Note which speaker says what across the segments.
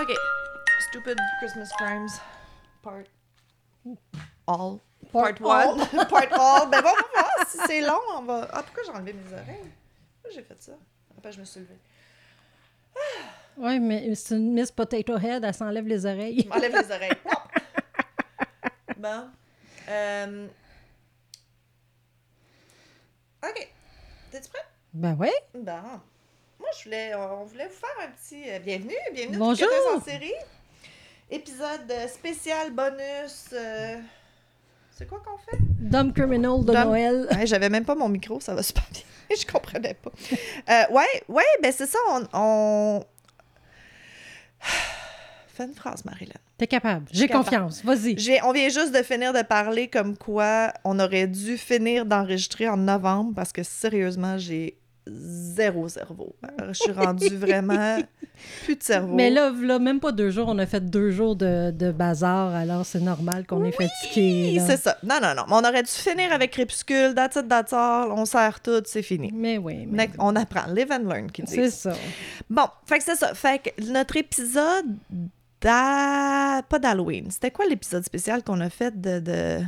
Speaker 1: OK. Stupid Christmas Crimes. Part. All.
Speaker 2: Part
Speaker 1: Part one. Part all. Ben bon, on va voir si c'est long. On va... Ah, pourquoi j'ai enlevé mes oreilles? Pourquoi j'ai fait ça? Après, je me suis levée.
Speaker 2: Oui, mais c'est une Miss Potato Head, elle s'enlève les oreilles.
Speaker 1: Je m'enlève les oreilles. Non. Bon. Euh... OK. T'es-tu prête?
Speaker 2: Ben oui.
Speaker 1: Bon. Bah, Moi, je voulais, euh, on voulait vous faire un petit euh, bienvenue, bienvenue
Speaker 2: Bonjour.
Speaker 1: Tricoteuse en série. Épisode euh, spécial, bonus. euh, C'est quoi qu'on fait?
Speaker 2: Dumb Criminal de
Speaker 1: Dumb-
Speaker 2: Noël.
Speaker 1: Ouais, j'avais même pas mon micro, ça va super bien. je comprenais pas. Euh, ouais, ouais, ben c'est ça, on... on... Fais une phrase, Marilyn.
Speaker 2: T'es capable. J'ai
Speaker 1: capable.
Speaker 2: confiance. Vas-y.
Speaker 1: J'ai- on vient juste de finir de parler comme quoi on aurait dû finir d'enregistrer en novembre parce que sérieusement, j'ai zéro cerveau. Alors, Je suis rendue vraiment plus de cerveau.
Speaker 2: Mais là, là, même pas deux jours, on a fait deux jours de, de bazar, alors c'est normal qu'on est fatigué.
Speaker 1: Oui,
Speaker 2: là.
Speaker 1: c'est ça. Non, non, non. Mais on aurait dû finir avec Crépuscule, that's it, that's all, on sert tout, c'est fini.
Speaker 2: Mais oui, mais
Speaker 1: Next, on apprend. Live and learn, qui
Speaker 2: c'est
Speaker 1: dit.
Speaker 2: ça.
Speaker 1: Bon, fait que c'est ça. Fait que notre épisode d'a... pas d'Halloween. C'était quoi l'épisode spécial qu'on a fait de... de... de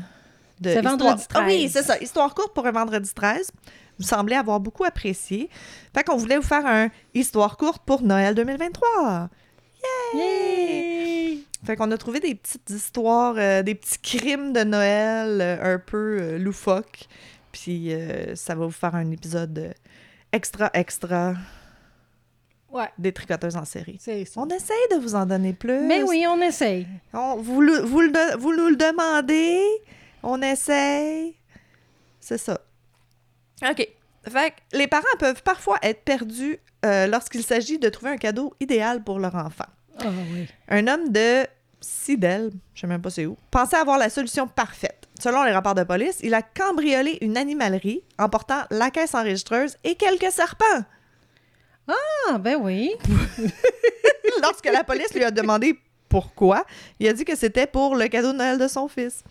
Speaker 2: C'est
Speaker 1: Histoire-
Speaker 2: vendredi
Speaker 1: Ah oui,
Speaker 2: 13.
Speaker 1: c'est ça. Histoire courte pour un vendredi 13. Vous semblez avoir beaucoup apprécié. Fait qu'on voulait vous faire un Histoire courte pour Noël 2023.
Speaker 2: Yay!
Speaker 1: Fait qu'on a trouvé des petites histoires, euh, des petits crimes de Noël euh, un peu euh, loufoques. Puis euh, ça va vous faire un épisode euh, extra, extra
Speaker 2: Ouais,
Speaker 1: des tricoteuses en série.
Speaker 2: c'est ça.
Speaker 1: On essaye de vous en donner plus.
Speaker 2: Mais oui, on essaye.
Speaker 1: On- vous, le- vous le de- vous nous le demandez. On essaye. C'est ça. OK. Fait que les parents peuvent parfois être perdus euh, lorsqu'il s'agit de trouver un cadeau idéal pour leur enfant.
Speaker 2: Ah oui.
Speaker 1: Un homme de Sidel, je sais même pas c'est où, pensait avoir la solution parfaite. Selon les rapports de police, il a cambriolé une animalerie, emportant la caisse enregistreuse et quelques serpents.
Speaker 2: Ah ben oui.
Speaker 1: Lorsque la police lui a demandé pourquoi, il a dit que c'était pour le cadeau de Noël de son fils.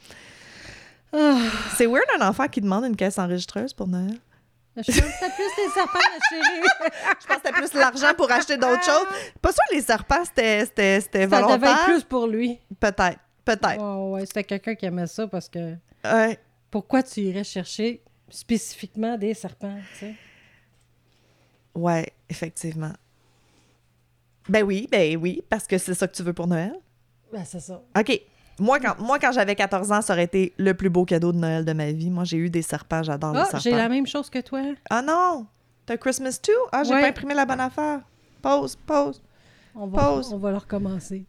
Speaker 2: Ah,
Speaker 1: C'est weird un enfant qui demande une caisse enregistreuse pour Noël.
Speaker 2: je pense que c'est plus les serpents, ma chérie.
Speaker 1: Je pense que c'était plus l'argent pour acheter d'autres choses. Pas sûr que les serpents, c'était- c'était c'était
Speaker 2: Ça devait
Speaker 1: volontaire.
Speaker 2: être plus pour lui.
Speaker 1: Peut-être, peut-être. Euh,
Speaker 2: Ouais, ouais, c'était quelqu'un qui aimait ça parce que
Speaker 1: Ouais.
Speaker 2: pourquoi tu irais chercher spécifiquement des serpents, tu sais?
Speaker 1: ouais, effectivement. Ben oui, ben oui, parce que c'est ça que tu veux pour Noël.
Speaker 2: Ben c'est ça.
Speaker 1: OK. Moi, quand, moi, quand j'avais 14 ans, ça aurait été le plus beau cadeau de Noël de ma vie. Moi, j'ai eu des serpents. J'adore
Speaker 2: Ah,
Speaker 1: les
Speaker 2: j'ai
Speaker 1: serpents.
Speaker 2: la même chose que toi.
Speaker 1: Ah non! T'as Christmas too? Ah, j'ai
Speaker 2: Ouais.
Speaker 1: pas imprimé la bonne affaire. Pause, pause.
Speaker 2: On va,
Speaker 1: Pause.
Speaker 2: on va le recommencer.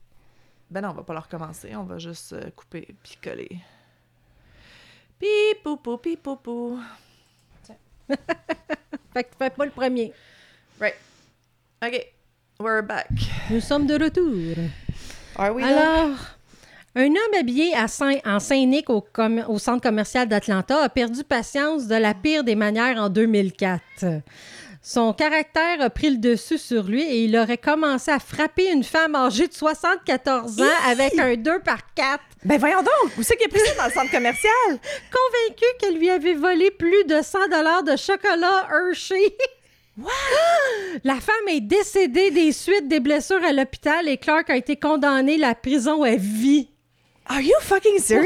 Speaker 1: Ben non, on va pas le recommencer. On va juste euh, couper puis coller. Pipoupou, pipoupou.
Speaker 2: Fait que tu fais pas le premier.
Speaker 1: Right. OK. We're back.
Speaker 2: Nous sommes de retour.
Speaker 1: Are we là?
Speaker 2: Alors, un homme habillé à Saint- en Saint-Nic au, com- au centre commercial d'Atlanta a perdu patience de la pire des manières en 2004. Son caractère a pris le dessus sur lui et il aurait commencé à frapper une femme âgée de 74 ans avec un 2 par 4,
Speaker 1: Ben voyons donc! Où c'est qu'il est pris ça dans le centre commercial?
Speaker 2: convaincu qu'elle lui avait volé plus de 100 dollars de chocolat Hershey. La femme est décédée des suites des blessures à l'hôpital et Clark a été condamné à la prison à vie.
Speaker 1: Are you fucking
Speaker 2: Pour
Speaker 1: serious?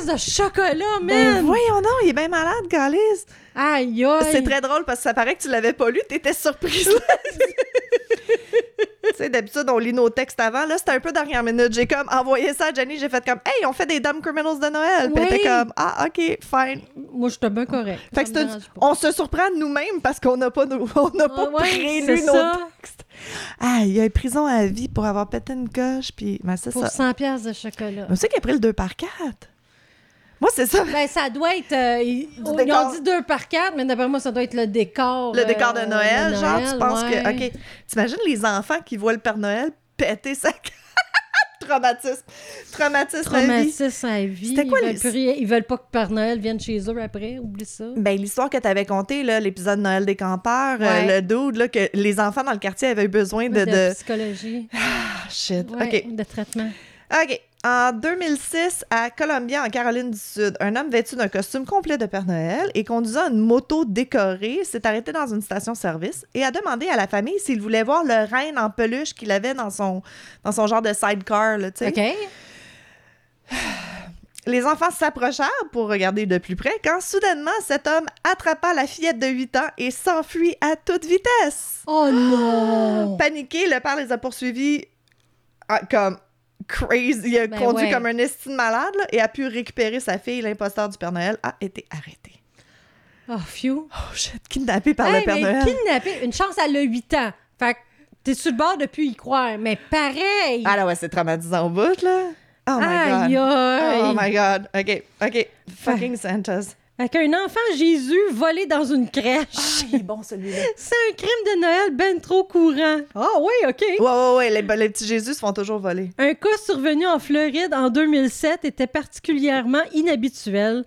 Speaker 2: 100 piastres de chocolat,
Speaker 1: Ben
Speaker 2: man!
Speaker 1: voyons donc! Il est bien malade, Galice!
Speaker 2: Aïe, aïe!
Speaker 1: C'est très drôle parce que ça paraît que tu l'avais pas lu, t'étais surprise. tu sais, d'habitude, on lit nos textes avant. Là, c'était un peu dernière minute. J'ai comme envoyé ça à Jenny, j'ai fait comme Hey, on fait des Dumb Criminals de Noël. Puis elle
Speaker 2: Oui.
Speaker 1: était comme Ah, OK, fine.
Speaker 2: Moi, je suis bien correct.
Speaker 1: Fait que c'est une- on se surprend nous-mêmes parce qu'on n'a pas, nos- on n'a pas
Speaker 2: Ah ouais,
Speaker 1: prélu
Speaker 2: c'est
Speaker 1: nos
Speaker 2: ça.
Speaker 1: textes. Ah, il y a une prison à vie pour avoir pété une coche. Puis, ben, c'est
Speaker 2: Pour
Speaker 1: ça.
Speaker 2: 100 piastres de chocolat.
Speaker 1: Mais c'est qui a pris le 2 par 4. Moi, c'est ça.
Speaker 2: Ben, ça doit être... euh, ils,
Speaker 1: Du
Speaker 2: ils
Speaker 1: décor.
Speaker 2: ont dit 2 par 4, mais d'après moi, ça doit être le décor.
Speaker 1: Le
Speaker 2: euh,
Speaker 1: décor de Noël, genre, tu penses
Speaker 2: ouais.
Speaker 1: que. OK. T'imagines les enfants qui voient le Père Noël péter sa carte. Traumatisme. Traumatisme, à vie.
Speaker 2: Traumatisme à vie.
Speaker 1: C'était quoi
Speaker 2: ils,
Speaker 1: le-
Speaker 2: veulent plus rien- ils veulent pas que Père Noël vienne chez eux après, oublie ça.
Speaker 1: Ben, l'histoire que t'avais contée, là, l'épisode Noël des campeurs, euh,
Speaker 2: Ouais.
Speaker 1: le dude, là, que les enfants dans le quartier avaient eu besoin de.
Speaker 2: De,
Speaker 1: de...
Speaker 2: psychologie,
Speaker 1: Ah, shit.
Speaker 2: ouais,
Speaker 1: OK.
Speaker 2: de traitement.
Speaker 1: OK. En 2006, à Columbia, en Caroline du Sud, un homme vêtu d'un costume complet de Père Noël et conduisant une moto décorée s'est arrêté dans une station-service et a demandé à la famille s'il voulait voir le renne en peluche qu'il avait dans son, dans son genre de sidecar. Là, tu sais.
Speaker 2: OK.
Speaker 1: Les enfants s'approchèrent pour regarder de plus près quand soudainement cet homme attrapa la fillette de 8 ans et s'enfuit à toute vitesse.
Speaker 2: Oh non!
Speaker 1: Paniqué, le père les a poursuivis ah, comme crazy. Il a
Speaker 2: Ben
Speaker 1: conduit
Speaker 2: ouais.
Speaker 1: comme un esti de malade là, et a pu récupérer sa fille. L'imposteur du Père Noël a été arrêté.
Speaker 2: Oh, phew.
Speaker 1: Oh shit, kidnappé par
Speaker 2: Hey,
Speaker 1: le Père
Speaker 2: mais
Speaker 1: Noël.
Speaker 2: kidnappé, une chance, elle a 8 ans. Fait que t'es sur le bord depuis y croire. Mais pareil!
Speaker 1: Ah là ouais, c'est traumatisant au bout, là. Oh my
Speaker 2: Aïe,
Speaker 1: god.
Speaker 2: aïe.
Speaker 1: Oh my god. OK, OK. Fucking Sanchez.
Speaker 2: Fait qu'un enfant Jésus volé dans une crèche.
Speaker 1: il est bon celui-là.
Speaker 2: C'est un crime de Noël ben trop courant. Ah oui, OK.
Speaker 1: Ouais, ouais, ouais. Les, les petits Jésus se font toujours voler.
Speaker 2: Un cas survenu en Floride en 2007 était particulièrement inhabituel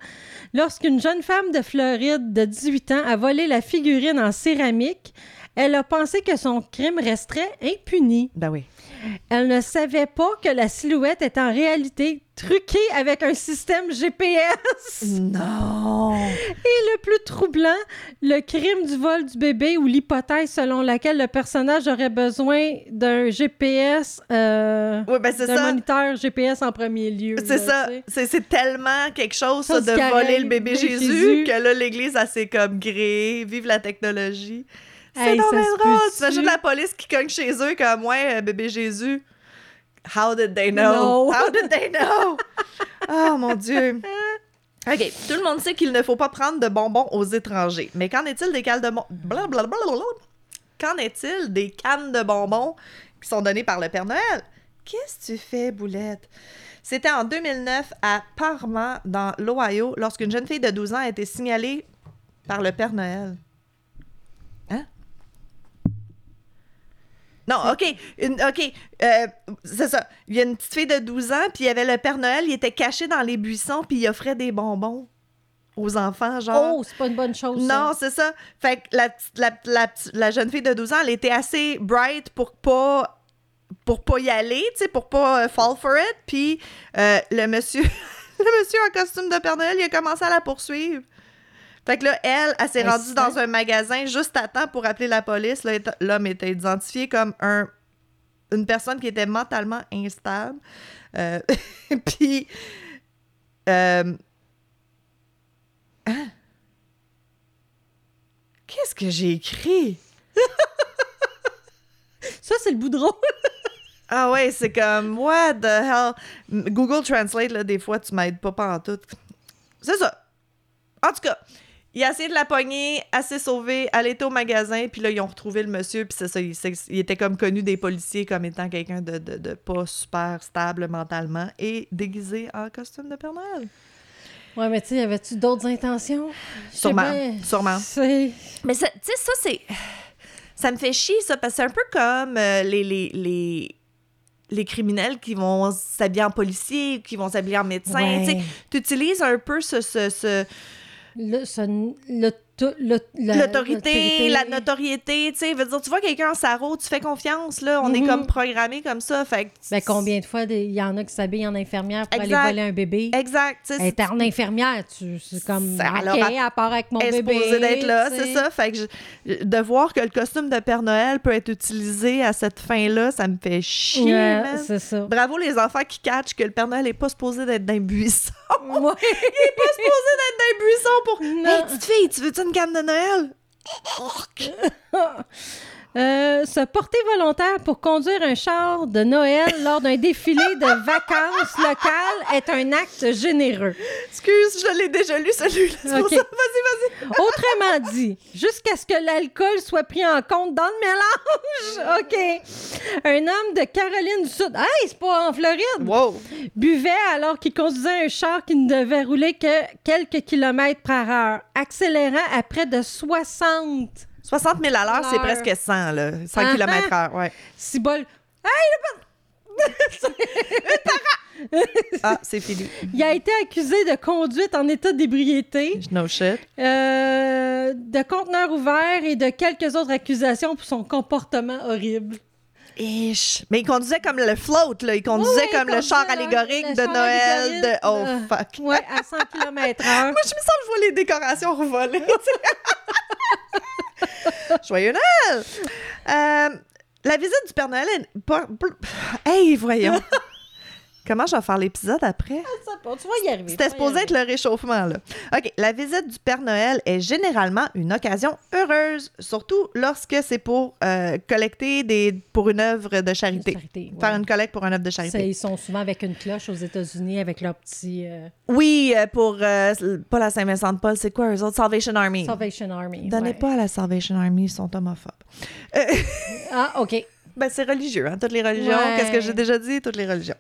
Speaker 2: lorsqu'une jeune femme de Floride de 18 ans a volé la figurine en céramique. Elle a pensé que son crime resterait impuni.
Speaker 1: Ben oui.
Speaker 2: Elle ne savait pas que la silhouette est en réalité truquée avec un système GPS.
Speaker 1: Non.
Speaker 2: Et le plus troublant, le crime du vol du bébé ou l'hypothèse selon laquelle le personnage aurait besoin d'un GPS, euh,
Speaker 1: Oui, ben c'est
Speaker 2: d'un
Speaker 1: ça.
Speaker 2: moniteur GPS en premier lieu.
Speaker 1: C'est
Speaker 2: là,
Speaker 1: ça.
Speaker 2: tu sais.
Speaker 1: C'est, c'est tellement quelque chose, ça,
Speaker 2: Ça,
Speaker 1: de
Speaker 2: du
Speaker 1: voler
Speaker 2: carré,
Speaker 1: le bébé
Speaker 2: le
Speaker 1: Jésus,
Speaker 2: Jésus.
Speaker 1: que là, l'Église, elle s'est comme gréée, vive la technologie. C'est
Speaker 2: Hey,
Speaker 1: donc
Speaker 2: ça
Speaker 1: bien
Speaker 2: se
Speaker 1: drôle.
Speaker 2: peut-tu?
Speaker 1: T'imagines la police qui cogne chez eux comme, ouais, euh, bébé Jésus. How did they know?
Speaker 2: No.
Speaker 1: How did they know? oh mon Dieu. OK. Tout le monde sait qu'il ne faut pas prendre de bonbons aux étrangers. Mais qu'en est-il des cannes de bonbons? Blablabla. Qu'en est-il des cannes de bonbons qui sont données par le Père Noël? Qu'est-ce que tu fais, Boulette? C'était en 2009 à Parma, dans l'Ohio, lorsqu'une jeune fille de 12 ans a été signalée par le Père Noël. Hein? Non, OK. Une- OK. euh, c'est ça. Il y a une petite fille de 12 ans, puis il y avait le Père Noël, il était caché dans les buissons, puis il offrait des bonbons aux enfants, genre.
Speaker 2: Oh, c'est pas une bonne chose.
Speaker 1: Ah. Non, c'est ça. Fait que la, petite- la, la petite- la jeune fille de 12 ans, elle était assez bright pour pas pour pas y aller, tu sais, pour pas euh, fall for it. Puis euh, le monsieur le monsieur en costume de Père Noël, il a commencé à la poursuivre. Fait que là, elle, elle s'est
Speaker 2: Ben,
Speaker 1: rendue
Speaker 2: c'est
Speaker 1: dans un magasin juste à temps pour appeler la police. Là, éta- L'homme était identifié comme un une personne qui était mentalement instable. Euh, puis euh, hein? Qu'est-ce que j'ai écrit?
Speaker 2: ça. Ça, c'est le boudron.
Speaker 1: Ah ouais, c'est comme what the hell. M- Google Translate là des fois tu m'aides pas pantoute. C'est ça. En tout cas, il a essayé de la pogner, elle s'est sauvée, elle était au magasin, puis là ils ont retrouvé le monsieur, puis c'est ça, il, s'est- il était comme connu des policiers comme étant quelqu'un de, de, de pas super stable mentalement et déguisé en costume de Père Noël.
Speaker 2: ouais, mais tu sais, avais-tu d'autres intentions? Je sais
Speaker 1: Sûrement,
Speaker 2: bien,
Speaker 1: sûrement.
Speaker 2: C'est...
Speaker 1: Mais ça- tu sais, ça, c'est. Ça me fait chier, ça, parce que c'est un peu comme euh, les, les, les, les criminels qui vont s'habiller en policier, qui vont s'habiller en médecin.
Speaker 2: Ouais.
Speaker 1: Tu utilises un peu ce, ce, ce-
Speaker 2: Le, ce- le, to- le- la-
Speaker 1: l'autorité, la
Speaker 2: l'autorité.
Speaker 1: notoriété. Tu sais, Veux dire, tu vois quelqu'un en sarreau, tu fais confiance, là. On est
Speaker 2: Mhm.
Speaker 1: comme programmé comme ça. Fait que tu-
Speaker 2: Ben, combien de fois des- il y en a qui s'habillent en infirmière pour
Speaker 1: Exact.
Speaker 2: aller voler un bébé?
Speaker 1: Exact. tu sais,
Speaker 2: Elle est en infirmière, tu, c'est comme,
Speaker 1: Ça, alors,
Speaker 2: ok,
Speaker 1: à-
Speaker 2: à part avec mon
Speaker 1: est
Speaker 2: bébé.
Speaker 1: supposé d'être là,
Speaker 2: tu
Speaker 1: c'est
Speaker 2: sais.
Speaker 1: ça. Fait que je- de voir que le costume de Père Noël peut être utilisé à cette fin-là, ça me fait chier.
Speaker 2: Ouais,
Speaker 1: man.
Speaker 2: c'est ça.
Speaker 1: Bravo les enfants qui catchent que le Père Noël n'est pas supposé d'être dans un buisson.
Speaker 2: Ouais.
Speaker 1: pas supposé d'être dans un buisson pour.
Speaker 2: Non.
Speaker 1: Hey, petite fille, tu veux-tu une canne de Noël?
Speaker 2: Euh, se porter volontaire pour conduire un char de Noël lors d'un défilé de vacances locales est un acte généreux.
Speaker 1: Excuse, je l'ai déjà lu celui-là. c'est pour
Speaker 2: Ok.
Speaker 1: ça. Vas-y, vas-y.
Speaker 2: Autrement dit, jusqu'à ce que l'alcool soit pris en compte dans le mélange. OK. Un homme de Caroline du Sud. Hey, c'est pas en Floride.
Speaker 1: Wow.
Speaker 2: buvait alors qu'il conduisait un char qui ne devait rouler que quelques kilomètres par heure, accélérant à près de 60.
Speaker 1: 60 000 à l'heure, c'est
Speaker 2: L'heure.
Speaker 1: presque 100, là. 100
Speaker 2: Ah,
Speaker 1: km/h, ouais.
Speaker 2: Si bol.
Speaker 1: Ah, c'est fini.
Speaker 2: Il a été accusé de conduite en état d'ébriété,
Speaker 1: No shit.
Speaker 2: euh, de conteneur ouvert et de quelques autres accusations pour son comportement horrible.
Speaker 1: Ish. Mais il conduisait comme le float, là. Il conduisait
Speaker 2: ouais,
Speaker 1: comme
Speaker 2: il
Speaker 1: le char
Speaker 2: conduisait,
Speaker 1: allégorique
Speaker 2: le
Speaker 1: de
Speaker 2: char
Speaker 1: Noël. De...
Speaker 2: allégorique,
Speaker 1: Oh,
Speaker 2: euh,
Speaker 1: fuck.
Speaker 2: Ouais, à 100 km/h.
Speaker 1: Moi, je me sens que je vois les décorations revoler. tu sais. Joyeux Noël! Euh, la visite du Père Noël est... pas- bl- Hey, voyons! Comment je vais faire l'épisode après?
Speaker 2: Tu vas y arriver.
Speaker 1: C'était supposé être le réchauffement, là. OK. La visite du Père Noël est généralement une occasion heureuse, surtout lorsque c'est pour euh, collecter des... pour une œuvre de charité. Faire une collecte pour une œuvre de charité.
Speaker 2: Ils sont souvent avec une cloche aux États-Unis avec leur petit euh,
Speaker 1: Oui, euh, pour... euh, pas la Saint-Vincent de Paul, c'est quoi eux autres? Salvation Army.
Speaker 2: Salvation Army.
Speaker 1: Donnez
Speaker 2: ouais.
Speaker 1: pas à la Salvation Army, ils sont homophobes.
Speaker 2: Ah, OK.
Speaker 1: Ben, c'est religieux, hein, toutes les religions.
Speaker 2: Ouais.
Speaker 1: Qu'est-ce que j'ai déjà dit? Toutes les religions.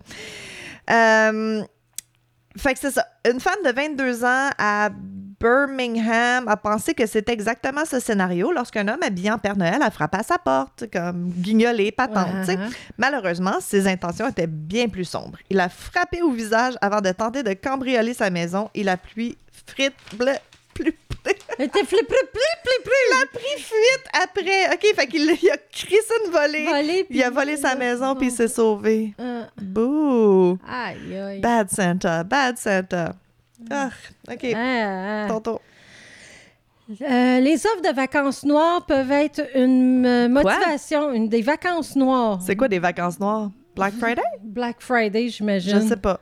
Speaker 1: Euh, fait que c'est ça. Une femme de 22 ans à Birmingham a pensé que c'était exactement ce scénario lorsqu'un homme habillé en Père Noël a frappé à sa porte, comme guignolé, patente.
Speaker 2: Ouais,
Speaker 1: tu sais.
Speaker 2: hein.
Speaker 1: Malheureusement, ses intentions étaient bien plus sombres. Il a frappé au visage avant de tenter de cambrioler sa maison et la pluie frite, bleu, plus
Speaker 2: Mais t'es flip, flip, flip, flip,
Speaker 1: a pris fuite après. OK, fait qu'il il a crissé une volée.
Speaker 2: flip. Volé,
Speaker 1: Il a
Speaker 2: puis-
Speaker 1: volé sa maison puis il s'est sauvé.
Speaker 2: Euh,
Speaker 1: Bouh!
Speaker 2: Ah, aïe, aïe.
Speaker 1: Bad Santa, bad Santa. Ah, OK,
Speaker 2: Ah, ah.
Speaker 1: tonton.
Speaker 2: Euh, les offres de vacances noires peuvent être une euh, motivation, une des vacances noires.
Speaker 1: C'est quoi des vacances noires? Black
Speaker 2: Mhm.
Speaker 1: Friday?
Speaker 2: Black Friday,
Speaker 1: Je
Speaker 2: j'imagine.
Speaker 1: sais pas.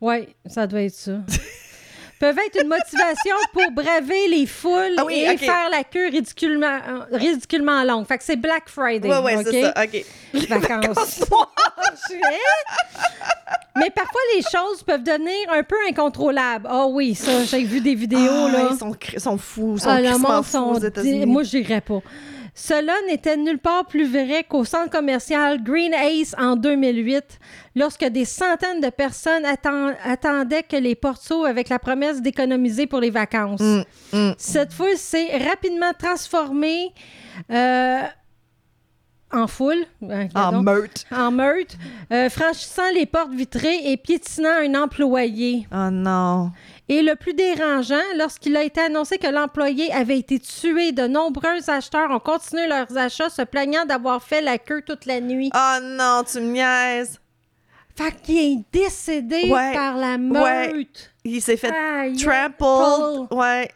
Speaker 2: Oui, ça doit être ça. peuvent être une motivation pour braver les foules
Speaker 1: Ah oui,
Speaker 2: et
Speaker 1: ok.
Speaker 2: faire la queue ridiculement, euh, ridiculement longue. Fait que c'est Black Friday.
Speaker 1: Ouais, ouais,
Speaker 2: ok?
Speaker 1: c'est ça. OK.
Speaker 2: Vacances. Je suis- Mais parfois, les choses peuvent devenir un peu incontrôlables. Ah oui, ça, j'ai vu des vidéos,
Speaker 1: Ah,
Speaker 2: là.
Speaker 1: Ils sont, cri- sont fous, ils sont
Speaker 2: Ah, le
Speaker 1: crissement
Speaker 2: monde
Speaker 1: fous
Speaker 2: sont
Speaker 1: aux
Speaker 2: dit-
Speaker 1: États-Unis.
Speaker 2: Moi, j'irais pas. Cela n'était nulle part plus vrai qu'au centre commercial Green Ace en 2008, lorsque des centaines de personnes atten- attendaient que les portes s'ouvrent avec la promesse d'économiser pour les vacances.
Speaker 1: Mm, mm.
Speaker 2: Cette foule s'est rapidement transformée euh, en foule. Hein,
Speaker 1: En
Speaker 2: donc
Speaker 1: Ah, meute.
Speaker 2: en meute, euh, franchissant les portes vitrées et piétinant un employé.
Speaker 1: Oh non.
Speaker 2: Et le plus dérangeant, lorsqu'il a été annoncé que l'employé avait été tué, de nombreux acheteurs ont continué leurs achats se plaignant d'avoir fait la queue toute la nuit.
Speaker 1: Oh non, tu me niaises.
Speaker 2: Fait qu'il est décédé
Speaker 1: Ouais.
Speaker 2: par la
Speaker 1: Ouais.
Speaker 2: meute.
Speaker 1: Il s'est fait
Speaker 2: Aïe.
Speaker 1: trampled. Ouais.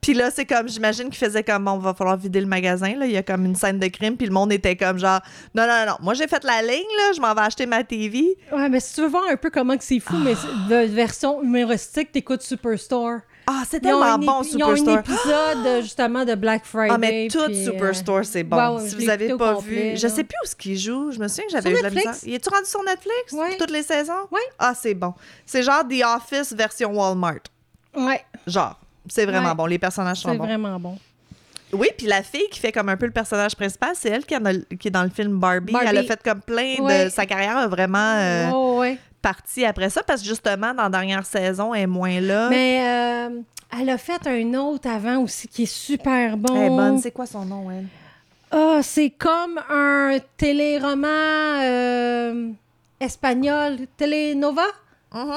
Speaker 1: Puis là, c'est comme, j'imagine qu'il faisait comme, on va falloir vider le magasin. Là. Il y a comme une scène de crime, puis le monde était comme genre, non, non, non, moi j'ai fait la ligne, là, je m'en vais acheter ma TV.
Speaker 2: Ouais, mais si tu veux voir un peu comment que c'est fou, mais c'est- de version humoristique, t'écoutes Superstore.
Speaker 1: Ah, c'est
Speaker 2: Ils ont
Speaker 1: tellement
Speaker 2: un
Speaker 1: bon,
Speaker 2: épi- Ils ont un
Speaker 1: Superstore.
Speaker 2: épisode euh, justement de Black Friday.
Speaker 1: Ah, mais tout
Speaker 2: puis, euh,
Speaker 1: Superstore, c'est bon.
Speaker 2: ouais, ouais,
Speaker 1: si
Speaker 2: je
Speaker 1: vous
Speaker 2: l'ai
Speaker 1: avez
Speaker 2: écouté au
Speaker 1: pas
Speaker 2: complet,
Speaker 1: vu, je
Speaker 2: là.
Speaker 1: sais plus où ce qu'il joue. Je me souviens que j'avais eu de
Speaker 2: Sur
Speaker 1: la
Speaker 2: Netflix.
Speaker 1: misère. Il est-tu rendu sur Netflix?
Speaker 2: Ouais.
Speaker 1: Toutes les saisons?
Speaker 2: Ouais.
Speaker 1: Ah, c'est bon. C'est genre The Office version Walmart.
Speaker 2: Ouais,
Speaker 1: Genre, c'est vraiment
Speaker 2: Ouais.
Speaker 1: bon. Les personnages sont
Speaker 2: c'est
Speaker 1: bons.
Speaker 2: vraiment bon.
Speaker 1: Oui, puis la fille qui fait comme un peu le personnage principal, c'est elle qui, en a- qui est dans le film Barbie.
Speaker 2: Barbie.
Speaker 1: Elle a fait comme plein de...
Speaker 2: Ouais.
Speaker 1: Sa carrière a vraiment euh,
Speaker 2: Oh, ouais.
Speaker 1: parti après ça parce que justement, dans la dernière saison, elle est moins là.
Speaker 2: Mais euh, elle a fait un autre avant aussi qui est super bon.
Speaker 1: Elle est bonne. C'est quoi son nom, elle?
Speaker 2: Ah, c'est comme un téléroman euh, espagnol, Telenova.
Speaker 1: Mhm.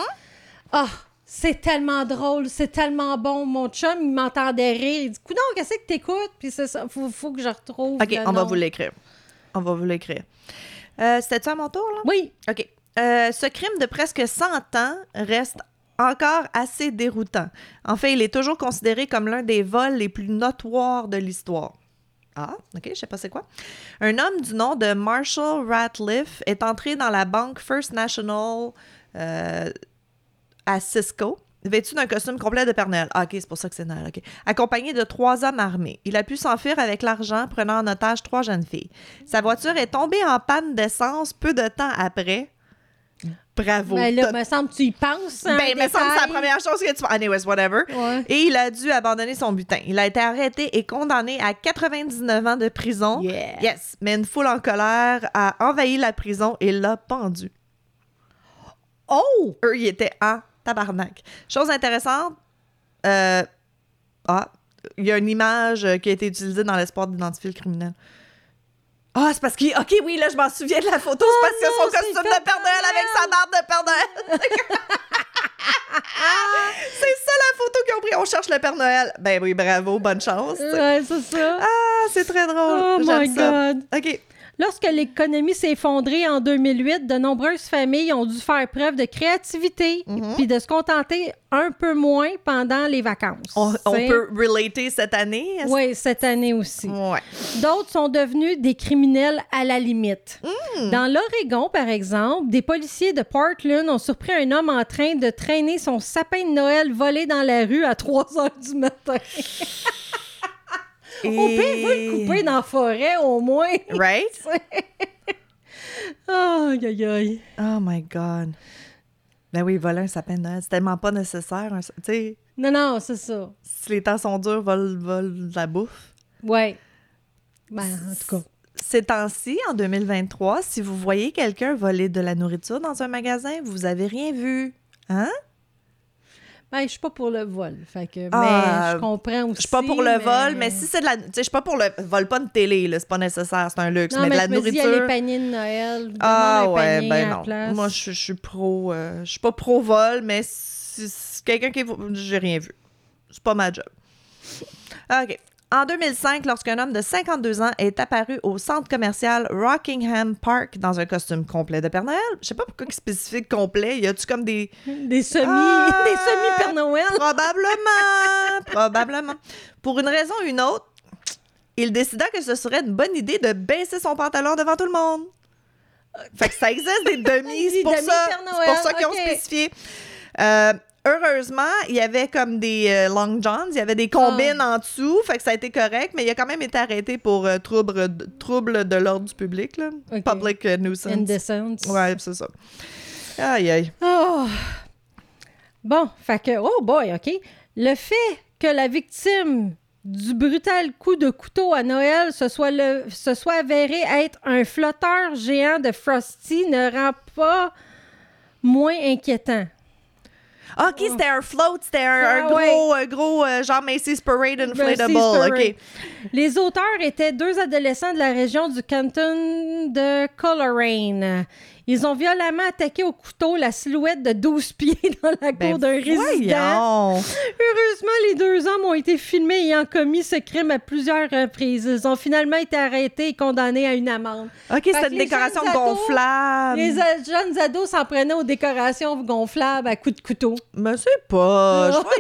Speaker 2: Ah, c'est tellement drôle, c'est tellement bon. Mon chum, il m'entendait rire. Il dit Coudon, qu'est-ce que t'écoutes Puis c'est ça, faut, faut que je retrouve.
Speaker 1: OK,
Speaker 2: le
Speaker 1: on va
Speaker 2: nom.
Speaker 1: vous l'écrire. On va vous l'écrire. Euh, C'était-tu à mon tour, là?
Speaker 2: Oui,
Speaker 1: OK. Euh, ce crime de presque 100 ans reste encore assez déroutant. En fait, il est toujours considéré comme l'un des vols les plus notoires de l'histoire. Ah, OK, je sais pas c'est quoi. Un homme du nom de Marshall Ratliff est entré dans la banque First National euh, à Cisco, vêtu d'un costume complet de Père Noël. Ah, OK, c'est pour ça que c'est Noël, OK. Accompagné de trois hommes armés. Il a pu s'enfuir avec l'argent, prenant en otage trois jeunes filles. Sa voiture est tombée en panne d'essence peu de temps après. Bravo.
Speaker 2: ben là,
Speaker 1: T'as-
Speaker 2: me semble que tu y penses. hein,
Speaker 1: ben, il
Speaker 2: un
Speaker 1: me semble que c'est la
Speaker 2: détail.
Speaker 1: première chose que tu... Anyways, whatever.
Speaker 2: Ouais.
Speaker 1: Et il a dû abandonner son butin. Il a été arrêté et condamné à 99 ans de prison.
Speaker 2: Yeah.
Speaker 1: Yes, mais une foule en colère a envahi la prison et l'a pendu.
Speaker 2: Oh
Speaker 1: Eux, ils étaient en tabarnak. Chose intéressante, euh, ah, il y a une image euh, qui a été utilisée dans l'espoir d'identifier le criminel. Ah, c'est parce qu'il... OK, oui, là, je m'en souviens de la photo.
Speaker 2: Oh
Speaker 1: c'est parce
Speaker 2: non,
Speaker 1: que son
Speaker 2: c'est
Speaker 1: costume
Speaker 2: fait
Speaker 1: de Père Noël avec sa barbe de Père Noël. c'est ça la photo qu'ils ont pris. On cherche le Père Noël. Ben oui, bravo, bonne chance.
Speaker 2: Ouais, c'est ça.
Speaker 1: Ah, c'est très drôle.
Speaker 2: Oh
Speaker 1: J'aime
Speaker 2: my
Speaker 1: ça.
Speaker 2: God.
Speaker 1: OK.
Speaker 2: Lorsque l'économie s'est effondrée en 2008, de nombreuses familles ont dû faire preuve de créativité
Speaker 1: Mhm.
Speaker 2: puis de se contenter un peu moins pendant les vacances.
Speaker 1: On, on
Speaker 2: C'est-
Speaker 1: peut Mm. relater cette année? est-ce-
Speaker 2: Oui, cette année aussi.
Speaker 1: Ouais.
Speaker 2: D'autres sont devenus des criminels à la limite.
Speaker 1: Mm.
Speaker 2: Dans l'Oregon, par exemple, des policiers de Portland ont surpris un homme en train de traîner son sapin de Noël volé dans la rue à 3 heures du matin. Au pire, veut le couper dans la forêt, au moins.
Speaker 1: Right?
Speaker 2: Aïe, aïe, aïe.
Speaker 1: Oh my God. Ben oui, voler un sapin de Noël, c'est tellement pas nécessaire. un sa- Tu sais,
Speaker 2: Non, non, c'est ça.
Speaker 1: si les temps sont durs, vole, vole de la bouffe.
Speaker 2: Ouais. Ben, en tout cas.
Speaker 1: Ces temps-ci, en 2023, si vous voyez quelqu'un voler de la nourriture dans un magasin, vous avez rien vu. Hein?
Speaker 2: Ben, je suis pas pour le vol. Fait que,
Speaker 1: Ah,
Speaker 2: mais je comprends aussi.
Speaker 1: Je suis pas pour le vol, mais si c'est de la. Tu sais, je suis pas pour le. Vole pas une télé, là, c'est pas nécessaire, c'est un luxe.
Speaker 2: Non,
Speaker 1: mais,
Speaker 2: mais,
Speaker 1: de la
Speaker 2: je me dis, il y a les
Speaker 1: nourriture.
Speaker 2: paniers de Noël.
Speaker 1: ah
Speaker 2: demande un
Speaker 1: ouais,
Speaker 2: panier
Speaker 1: ben
Speaker 2: à la
Speaker 1: non.
Speaker 2: place.
Speaker 1: Moi, je je suis pro. euh, je suis pas pro vol, mais si, si quelqu'un qui. vo- J'ai rien vu. C'est pas ma job. Ah, OK. En 2005, lorsqu'un homme de 52 ans est apparu au centre commercial Rockingham Park dans un costume complet de Père Noël, je sais pas pourquoi il spécifie complet. Y a-tu comme des.
Speaker 2: Des semis,
Speaker 1: Ah!
Speaker 2: des semis Père Noël.
Speaker 1: Probablement, probablement. Pour une raison ou une autre, il décida que ce serait une bonne idée de baisser son pantalon devant tout le monde. Fait que ça existe des
Speaker 2: Des
Speaker 1: demi, c'est pour,
Speaker 2: demi
Speaker 1: ça-
Speaker 2: Père
Speaker 1: c'est pour ça
Speaker 2: Noël,
Speaker 1: qu'ils
Speaker 2: ok.
Speaker 1: ont spécifié. Euh, heureusement, il y avait comme des euh, long johns, il y avait des combines
Speaker 2: Ah.
Speaker 1: en dessous, fait que ça a été correct, mais il a quand même été arrêté pour euh, trouble, trouble de l'ordre du public, là.
Speaker 2: Ok.
Speaker 1: Public euh, nuisance.
Speaker 2: Indecence.
Speaker 1: Ouais, c'est ça. Aïe, aïe.
Speaker 2: Oh. Bon, fait que, oh boy, OK. Le fait que la victime du brutal coup de couteau à Noël se soit, le, se soit avéré être un flotteur géant de Frosty ne rend pas moins inquiétant.
Speaker 1: OK, c'était un float, c'était un, un
Speaker 2: Oh. Ah ouais. Ben,
Speaker 1: gros, un gros euh, genre Macy's Parade Inflatable.
Speaker 2: Mercy's
Speaker 1: OK.
Speaker 2: Parade. Les auteurs étaient deux adolescents de la région du canton de Coleraine. Ils ont violemment attaqué au couteau la silhouette de 12 pieds dans la
Speaker 1: Ben
Speaker 2: cour d'un résident.
Speaker 1: voyons.
Speaker 2: Heureusement, les deux hommes ont été filmés ayant commis ce crime à plusieurs reprises. Ils ont finalement été arrêtés et condamnés à une amende.
Speaker 1: OK,
Speaker 2: que
Speaker 1: c'était une
Speaker 2: les
Speaker 1: décoration
Speaker 2: jeunes ados,
Speaker 1: gonflable.
Speaker 2: Les a- jeunes ados s'en prenaient aux décorations gonflables à coups de couteau.
Speaker 1: Mais c'est pas.
Speaker 2: Non.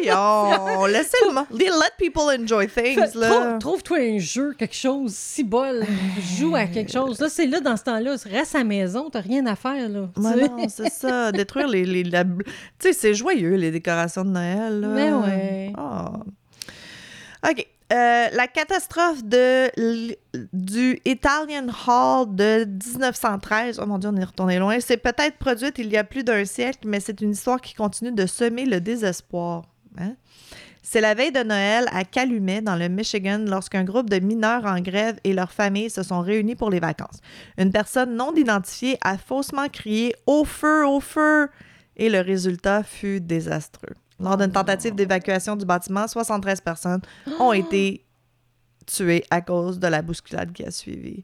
Speaker 1: voyons. Laissez-le. Let people enjoy things,
Speaker 2: Fait-
Speaker 1: là.
Speaker 2: trouve- Trouve-toi un jeu, quelque chose, si bol, joue à quelque chose. Là, c'est là, dans ce temps-là, reste à la maison, t'as rien à faire, là.
Speaker 1: Mais
Speaker 2: Tu sais?
Speaker 1: non, c'est ça. Détruire les. les la- Tu sais, c'est joyeux, les décorations de Noël, là.
Speaker 2: Mais ouais.
Speaker 1: Ah. OK. Euh, la catastrophe de, l- du Italian Hall de 1913, oh mon Dieu, on est retourné loin, c'est peut-être produite il y a plus d'un siècle, mais c'est une histoire qui continue de semer le désespoir. hein. C'est la veille de Noël à Calumet, dans le Michigan, lorsqu'un groupe de mineurs en grève et leurs familles se sont réunis pour les vacances. Une personne non identifiée a faussement crié Au feu, au feu et le résultat fut désastreux. Lors d'une tentative d'évacuation du bâtiment, 73 personnes ont été tuées à cause de la bousculade qui a suivi.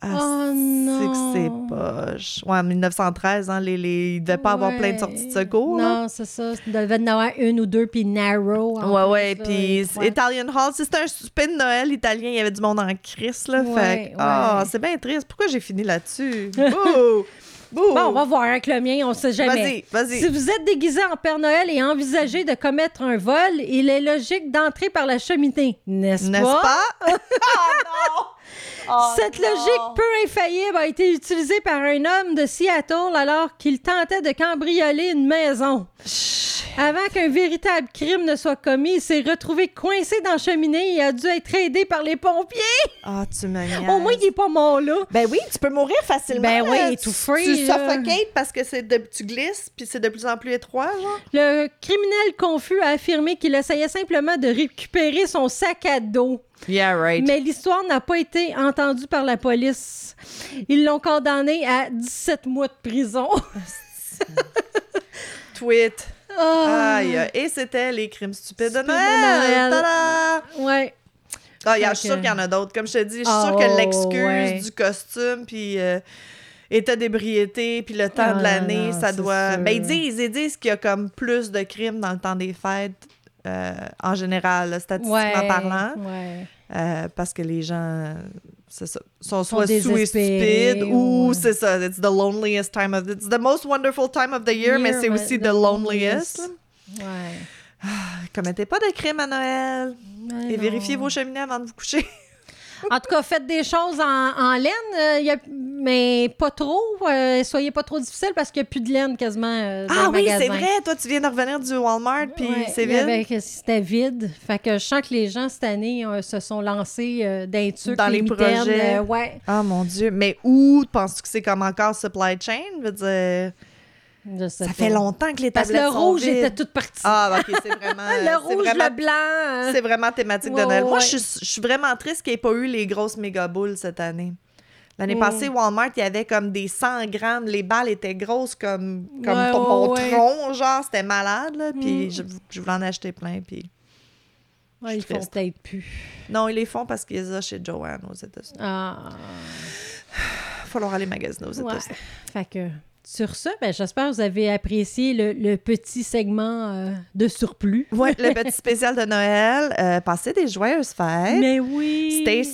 Speaker 1: Ah,
Speaker 2: Oh
Speaker 1: c'est que c'est
Speaker 2: non.
Speaker 1: poche. Ouais, en 1913, hein, les, les... il ne devait pas avoir plein de sorties de secours. là.
Speaker 2: Non, c'est ça. Il devait y en avoir une ou deux, puis narrow. en
Speaker 1: Ouais,
Speaker 2: plus,
Speaker 1: ouais,
Speaker 2: là,
Speaker 1: puis
Speaker 2: et- ouais.
Speaker 1: Italian Hall, si c'était un souper de Noël italien, il y avait du monde en crise, là.
Speaker 2: Ouais,
Speaker 1: fait que, ah,
Speaker 2: ouais.
Speaker 1: c'est bien triste. Pourquoi j'ai fini là-dessus? Bouh! Bouh!
Speaker 2: Bon, on va voir avec le mien, on sait jamais.
Speaker 1: Vas-y, vas-y.
Speaker 2: Si vous êtes déguisé en Père Noël et envisagez de commettre un vol, il est logique d'entrer par la cheminée, n'est-ce
Speaker 1: N'est-ce
Speaker 2: pas? Oh
Speaker 1: pas?
Speaker 2: Cette logique peu infaillible a été utilisée par un homme de Seattle alors qu'il tentait de cambrioler une maison. Avant qu'un véritable crime ne soit commis, il s'est retrouvé coincé dans la cheminée et a dû être aidé par les pompiers.
Speaker 1: Ah, tu me niaises.
Speaker 2: Au moins, il n'est pas mort là.
Speaker 1: Ben oui, tu peux mourir facilement.
Speaker 2: Ben
Speaker 1: là.
Speaker 2: oui,
Speaker 1: Tu-
Speaker 2: étouffé,
Speaker 1: Tu
Speaker 2: là.
Speaker 1: suffocates parce que c'est de, tu glisses, puis c'est de plus en plus étroit, genre.
Speaker 2: Le criminel confus a affirmé qu'il essayait simplement de récupérer son sac à dos.
Speaker 1: Yeah, right.
Speaker 2: Mais l'histoire n'a pas été entendue par la police. Ils l'ont condamné à 17 mois de prison.
Speaker 1: Tweet.
Speaker 2: Ah.
Speaker 1: Aïe. Et c'était les crimes stupides de
Speaker 2: Stupides de
Speaker 1: Noël.
Speaker 2: Noël.
Speaker 1: Ta-da!
Speaker 2: Ouais.
Speaker 1: Ah, regarde, je
Speaker 2: Fait
Speaker 1: suis sûre
Speaker 2: que-
Speaker 1: qu'il y en a d'autres. Comme je te dis, je suis
Speaker 2: Ah,
Speaker 1: sûre que
Speaker 2: ouais,
Speaker 1: l'excuse
Speaker 2: ouais.
Speaker 1: du costume, puis euh, état d'ébriété, puis le temps
Speaker 2: Ah,
Speaker 1: de l'année,
Speaker 2: non,
Speaker 1: ça
Speaker 2: c'est
Speaker 1: doit.
Speaker 2: sûr.
Speaker 1: Ben, ils disent, ils disent qu'il y a comme plus de crimes dans le temps des fêtes, euh, en général, là, statistiquement
Speaker 2: ouais.
Speaker 1: parlant,
Speaker 2: Ouais.
Speaker 1: euh, parce que les gens c'est ça. Sont
Speaker 2: Sont
Speaker 1: soit
Speaker 2: désespérés,
Speaker 1: suicides ou
Speaker 2: ouais.
Speaker 1: c'est ça. It's the loneliest time of it's the most wonderful time of the year, mais
Speaker 2: Year,
Speaker 1: c'est
Speaker 2: mais
Speaker 1: aussi
Speaker 2: the
Speaker 1: the loneliest.
Speaker 2: loneliest. Ouais.
Speaker 1: là. Commettez pas de crime à Noël
Speaker 2: Mais
Speaker 1: et
Speaker 2: non.
Speaker 1: vérifiez vos cheminées avant de vous coucher.
Speaker 2: En tout cas, faites des choses en, en laine, euh, y a- mais pas trop. euh, soyez pas trop difficile parce qu'il n'y a plus de laine quasiment euh, dans
Speaker 1: ah
Speaker 2: le
Speaker 1: oui,
Speaker 2: magasin.
Speaker 1: c'est vrai. Toi, tu viens de revenir du Walmart puis
Speaker 2: Ouais,
Speaker 1: c'est
Speaker 2: il y
Speaker 1: vide.
Speaker 2: avait que C'était vide. Fait que je sens que les gens cette année euh, se sont lancés euh, dans les tucs,
Speaker 1: Dans les
Speaker 2: mitaines,
Speaker 1: projets.
Speaker 2: euh, ouais,
Speaker 1: Ah mon Dieu, mais où penses-tu que c'est comme encore supply chain? Je veux dire,
Speaker 2: Je
Speaker 1: ça
Speaker 2: sais pas.
Speaker 1: fait longtemps que les
Speaker 2: Parce que
Speaker 1: tablettes
Speaker 2: le
Speaker 1: sont
Speaker 2: rouge
Speaker 1: vides.
Speaker 2: était tout parti.
Speaker 1: Ah, bah, ok, c'est vraiment. c'est
Speaker 2: le rouge,
Speaker 1: vraiment-
Speaker 2: le blanc. euh,
Speaker 1: C'est vraiment thématique
Speaker 2: Ouais,
Speaker 1: de Noël.
Speaker 2: ouais,
Speaker 1: Moi,
Speaker 2: ouais.
Speaker 1: je suis- je suis vraiment triste qu'il n'y ait pas eu les grosses méga boules cette année. L'année
Speaker 2: Mm.
Speaker 1: passée, Walmart, il y avait comme des 100 grammes. Les balles étaient grosses comme, comme
Speaker 2: Ouais,
Speaker 1: pour mon
Speaker 2: ouais, ouais.
Speaker 1: tronc, genre. C'était malade, là. Puis
Speaker 2: Mm.
Speaker 1: je, je voulais en acheter plein. Puis...
Speaker 2: ouais, ils
Speaker 1: je suis
Speaker 2: font
Speaker 1: triste.
Speaker 2: peut-être plus.
Speaker 1: Non, ils les font parce qu'ils les ont chez Joanne aux États-Unis.
Speaker 2: Ah,
Speaker 1: Il va falloir aller magasiner aux
Speaker 2: ouais.
Speaker 1: États-Unis.
Speaker 2: Fait que sur ça, ben, j'espère que vous avez apprécié le, le petit segment euh, de surplus.
Speaker 1: Ouais, le petit spécial de Noël. Euh, passez des joyeuses fêtes.
Speaker 2: Mais oui.
Speaker 1: Stay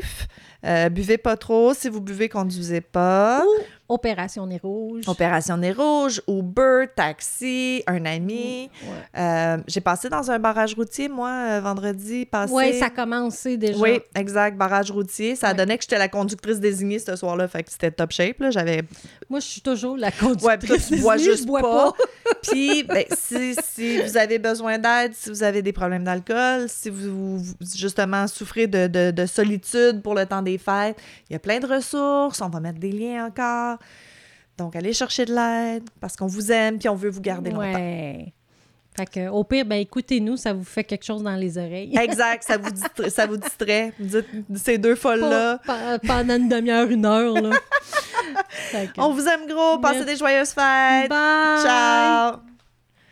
Speaker 1: safe. Euh, buvez pas trop. Si vous buvez, conduisez pas.
Speaker 2: Opération Nez Rouge.
Speaker 1: Opération Nez Rouge, Uber, taxi, un ami.
Speaker 2: Ouais.
Speaker 1: Euh, j'ai passé dans un barrage routier, moi, euh, vendredi passé.
Speaker 2: Ouais, ça a commencé déjà.
Speaker 1: Oui, exact, barrage routier. Ça
Speaker 2: Ouais.
Speaker 1: donnait que j'étais la conductrice désignée ce soir-là, fait que c'était top shape. Là. J'avais...
Speaker 2: Moi, je suis toujours la
Speaker 1: Ouais, puis toi,
Speaker 2: conductrice.
Speaker 1: tu bois
Speaker 2: Disney, je
Speaker 1: juste
Speaker 2: bois
Speaker 1: pas. Puis, ben, si, si vous avez besoin d'aide, si vous avez des problèmes d'alcool, si vous, vous- justement, souffrez de, de- de solitude pour le temps des fêtes, il y a plein de ressources. On va mettre des liens encore. Donc, allez chercher de l'aide parce qu'on vous aime puis on veut vous garder Ah, longtemps.
Speaker 2: Ouais. Fait que, au pire, ben écoutez-nous, ça vous fait quelque chose dans les oreilles.
Speaker 1: Exact, ça vous, distra- ça vous distrait. Vous dites ces deux folles-là.
Speaker 2: Pas- pas- Pendant une demi-heure, une heure, là. Fait que-
Speaker 1: On vous aime gros, passez
Speaker 2: Merci.
Speaker 1: des joyeuses fêtes.
Speaker 2: Bye!
Speaker 1: Ciao!